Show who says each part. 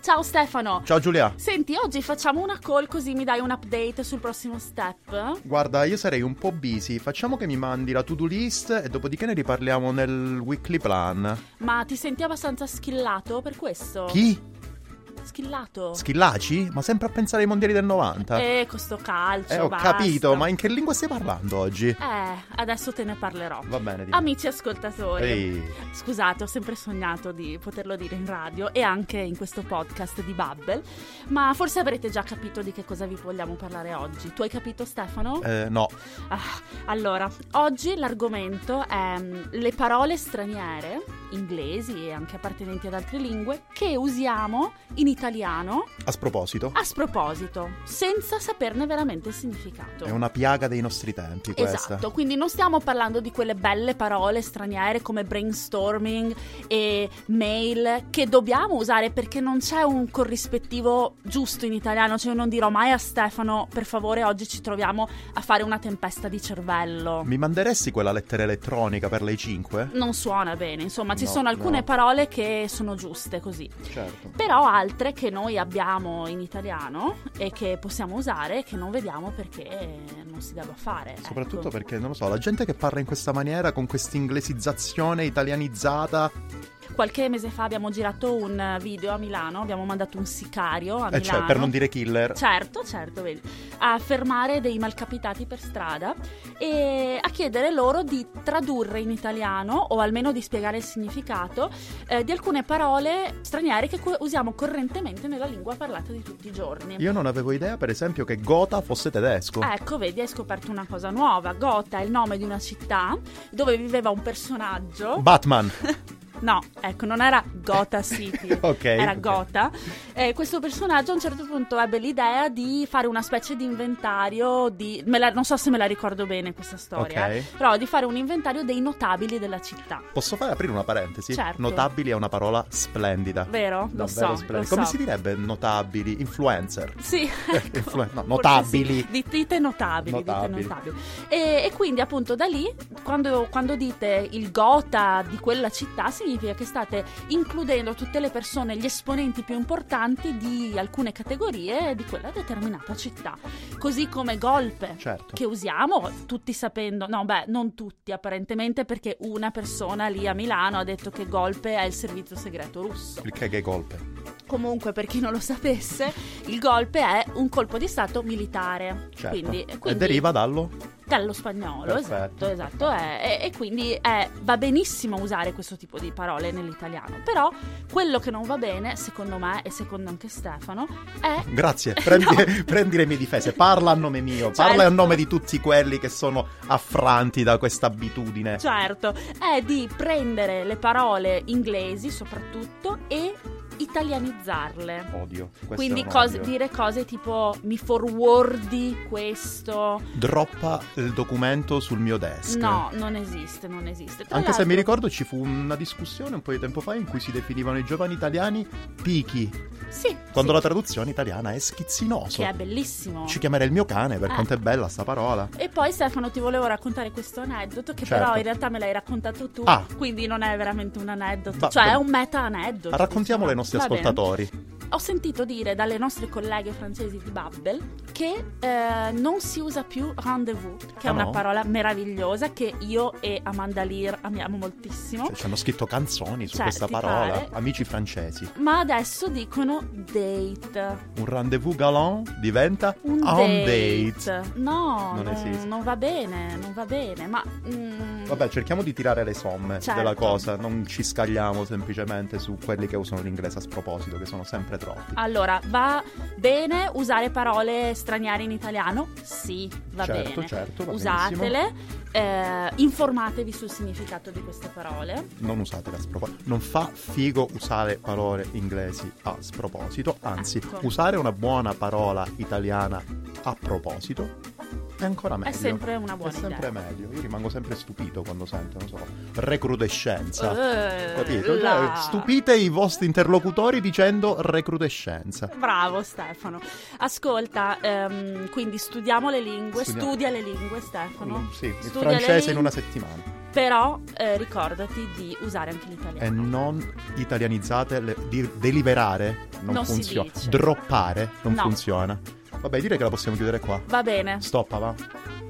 Speaker 1: Ciao Stefano.
Speaker 2: Ciao Giulia.
Speaker 1: Senti, oggi facciamo una call così mi dai un update sul prossimo step.
Speaker 2: Guarda, io sarei un po' busy. Facciamo che mi mandi la to-do list e dopodiché ne riparliamo nel weekly plan.
Speaker 1: Ma ti senti abbastanza schillato per questo?
Speaker 2: Chi?
Speaker 1: Schillato.
Speaker 2: Schillaci? Ma sempre a pensare ai mondiali del 90.
Speaker 1: eh, con sto calcio.
Speaker 2: Eh, ho
Speaker 1: basta.
Speaker 2: capito, ma in che lingua stai parlando oggi?
Speaker 1: Eh, adesso te ne parlerò.
Speaker 2: Va bene, dimmi.
Speaker 1: Amici ascoltatori.
Speaker 2: Ehi.
Speaker 1: Scusate, ho sempre sognato di poterlo dire in radio e anche in questo podcast di Bubble, ma forse avrete già capito di che cosa vi vogliamo parlare oggi. Tu hai capito Stefano?
Speaker 2: Eh, no,
Speaker 1: Ah, allora, oggi l'argomento è mm, le parole straniere, inglesi e anche appartenenti ad altre lingue, che usiamo in italiano
Speaker 2: a sproposito.
Speaker 1: a sproposito, senza saperne veramente il significato.
Speaker 2: È una piaga dei nostri tempi questa.
Speaker 1: Esatto, quindi non stiamo parlando di quelle belle parole straniere come brainstorming e mail che dobbiamo usare perché non c'è un corrispettivo giusto in italiano, cioè io non dirò mai a Stefano per favore oggi ci troviamo a fare una tempesta di cervello.
Speaker 2: Mi manderesti quella lettera elettronica per le 5?
Speaker 1: Non suona bene, insomma ci
Speaker 2: No,
Speaker 1: sono alcune
Speaker 2: no.
Speaker 1: parole che sono giuste così.
Speaker 2: Certo.
Speaker 1: Però altre che noi abbiamo in italiano e che possiamo usare e che non vediamo perché non si debba fare.
Speaker 2: Soprattutto
Speaker 1: ecco.
Speaker 2: perché, non lo so, la gente che parla in questa maniera, con questa inglesizzazione italianizzata,
Speaker 1: Qualche mese fa abbiamo girato un eh, video a Milano, abbiamo mandato un sicario a
Speaker 2: eh,
Speaker 1: Milano.
Speaker 2: cioè, per non dire killer,
Speaker 1: Certo, certo, vedi, a fermare dei malcapitati per strada e a chiedere loro di tradurre in italiano o almeno di spiegare il significato eh, di alcune parole straniere che cu- usiamo correntemente nella lingua parlata di tutti i giorni.
Speaker 2: io non avevo idea, per esempio, che Gotha fosse tedesco.
Speaker 1: Ecco, vedi, hai scoperto una cosa nuova. Gotha è il nome di una città dove viveva un personaggio.
Speaker 2: Batman.
Speaker 1: No, ecco, non era Gotha City.
Speaker 2: ok.
Speaker 1: era
Speaker 2: ok.
Speaker 1: Gotha. Eh, questo personaggio a un certo punto ebbe l'idea di fare una specie di inventario di. me la- non so se me la ricordo bene questa storia. eh.
Speaker 2: Ok.
Speaker 1: Però di fare un inventario dei notabili della città.
Speaker 2: Posso fare aprire una parentesi?
Speaker 1: Certo.
Speaker 2: Notabili è una parola splendida.
Speaker 1: Vero? Lo
Speaker 2: Davvero
Speaker 1: so.
Speaker 2: splendida.
Speaker 1: Lo
Speaker 2: Come
Speaker 1: so.
Speaker 2: si direbbe notabili? Influencer.
Speaker 1: Sì, ecco.
Speaker 2: Influen- no,
Speaker 1: Forse
Speaker 2: notabili.
Speaker 1: sì. Di- Dite notabili, dite
Speaker 2: Notabili.
Speaker 1: notabili. E, e quindi appunto da lì, quando, quando dite il gota di quella città, significa che state includendo tutte le persone, gli esponenti più importanti di alcune categorie di quella determinata città. Così come golpe.
Speaker 2: Certo.
Speaker 1: Che usiamo tutti sapendo, no, beh, non tutti apparentemente, perché una persona lì a Milano ha detto che Golpe è il servizio segreto russo.
Speaker 2: Il che che golpe.
Speaker 1: Comunque, per chi non lo sapesse, il golpe è un colpo di stato militare.
Speaker 2: Certo.
Speaker 1: Quindi,
Speaker 2: E
Speaker 1: quindi
Speaker 2: deriva dallo?
Speaker 1: dallo spagnolo,
Speaker 2: Perfetto.
Speaker 1: esatto, esatto. è- e, e quindi è- va benissimo usare questo tipo di parole nell'italiano. Però quello che non va bene, secondo me e secondo anche Stefano, è
Speaker 2: Grazie, prendi,
Speaker 1: No.
Speaker 2: prendi le mie difese, parla a nome mio,
Speaker 1: Certo.
Speaker 2: parla a nome di tutti quelli che sono affranti da questa abitudine.
Speaker 1: Certo, è di prendere le parole inglesi soprattutto e italianizzarle.
Speaker 2: Odio. questo è
Speaker 1: Cioè Quindi
Speaker 2: un
Speaker 1: cose-
Speaker 2: odio.
Speaker 1: dire cose tipo mi forwardi questo,
Speaker 2: Droppa il documento sul mio desk.
Speaker 1: No, non esiste, non esiste. Tra
Speaker 2: Anche se mi
Speaker 1: l'altro-
Speaker 2: ricordo ci fu una discussione un po' di tempo fa in cui si definivano i giovani italiani pichi,
Speaker 1: Sì.
Speaker 2: quando
Speaker 1: sì,
Speaker 2: la traduzione italiana è schizzinoso.
Speaker 1: Che è bellissimo.
Speaker 2: Ci chiamerei il mio cane per
Speaker 1: Eh.
Speaker 2: quanto è bella sta parola.
Speaker 1: E poi Stefano ti volevo raccontare questo aneddoto che
Speaker 2: Certo.
Speaker 1: però in realtà me l'hai raccontato tu,
Speaker 2: Ah.
Speaker 1: quindi non è veramente un aneddoto,
Speaker 2: Va-
Speaker 1: cioè
Speaker 2: va-
Speaker 1: è un meta aneddoto.
Speaker 2: Raccontiamolo ai nostri ascoltatori.
Speaker 1: Ho sentito dire dalle nostre colleghe francesi di Bubble che eh, non si usa più rendezvous, che è
Speaker 2: Ah,
Speaker 1: una
Speaker 2: no?
Speaker 1: parola meravigliosa che io e Amanda Lear amiamo moltissimo.
Speaker 2: Cioè, ci hanno scritto canzoni su
Speaker 1: Cioè,
Speaker 2: questa
Speaker 1: ti
Speaker 2: parola.
Speaker 1: pare?
Speaker 2: Amici francesi.
Speaker 1: Ma adesso dicono date.
Speaker 2: Un rendezvous galant diventa
Speaker 1: Un
Speaker 2: a un
Speaker 1: date. No,
Speaker 2: Non
Speaker 1: non,
Speaker 2: esiste.
Speaker 1: non va bene, non va bene, ma... mm,
Speaker 2: Vabbè, cerchiamo di tirare le somme
Speaker 1: Certo.
Speaker 2: della cosa, non ci scagliamo semplicemente su quelli che usano l'inglese a sproposito, che sono sempre troppi.
Speaker 1: Allora, va bene usare parole straniere in italiano? Sì, va
Speaker 2: certo,
Speaker 1: bene.
Speaker 2: certo, va benissimo.
Speaker 1: Usatele, eh, informatevi sul significato di queste parole.
Speaker 2: Non usatele a sproposito. Non fa figo usare parole inglesi a sproposito, anzi,
Speaker 1: Ecco.
Speaker 2: usare una buona parola italiana a proposito è ancora meglio.
Speaker 1: È sempre una
Speaker 2: È
Speaker 1: buona
Speaker 2: sempre
Speaker 1: idea.
Speaker 2: meglio. Io rimango sempre stupito quando sento, non so, recrudescenza.
Speaker 1: Eh,
Speaker 2: Capito?
Speaker 1: la-
Speaker 2: Cioè, stupite i vostri interlocutori dicendo recrudescenza.
Speaker 1: Bravo Stefano. Ascolta, ehm, quindi studiamo le lingue,
Speaker 2: Studiamo.
Speaker 1: studia le lingue Stefano.
Speaker 2: Mm, Sì, il
Speaker 1: Studia le
Speaker 2: francese in
Speaker 1: lingue.
Speaker 2: una settimana.
Speaker 1: Però eh,
Speaker 2: Eh,
Speaker 1: ricordati di usare anche l'italiano.
Speaker 2: E non italianizzate, le- di deliberare non,
Speaker 1: Non si
Speaker 2: funziona.
Speaker 1: dice.
Speaker 2: Droppare non
Speaker 1: No.
Speaker 2: funziona. Vabbè, direi che la possiamo chiudere qua.
Speaker 1: Va bene.
Speaker 2: Stoppa, va.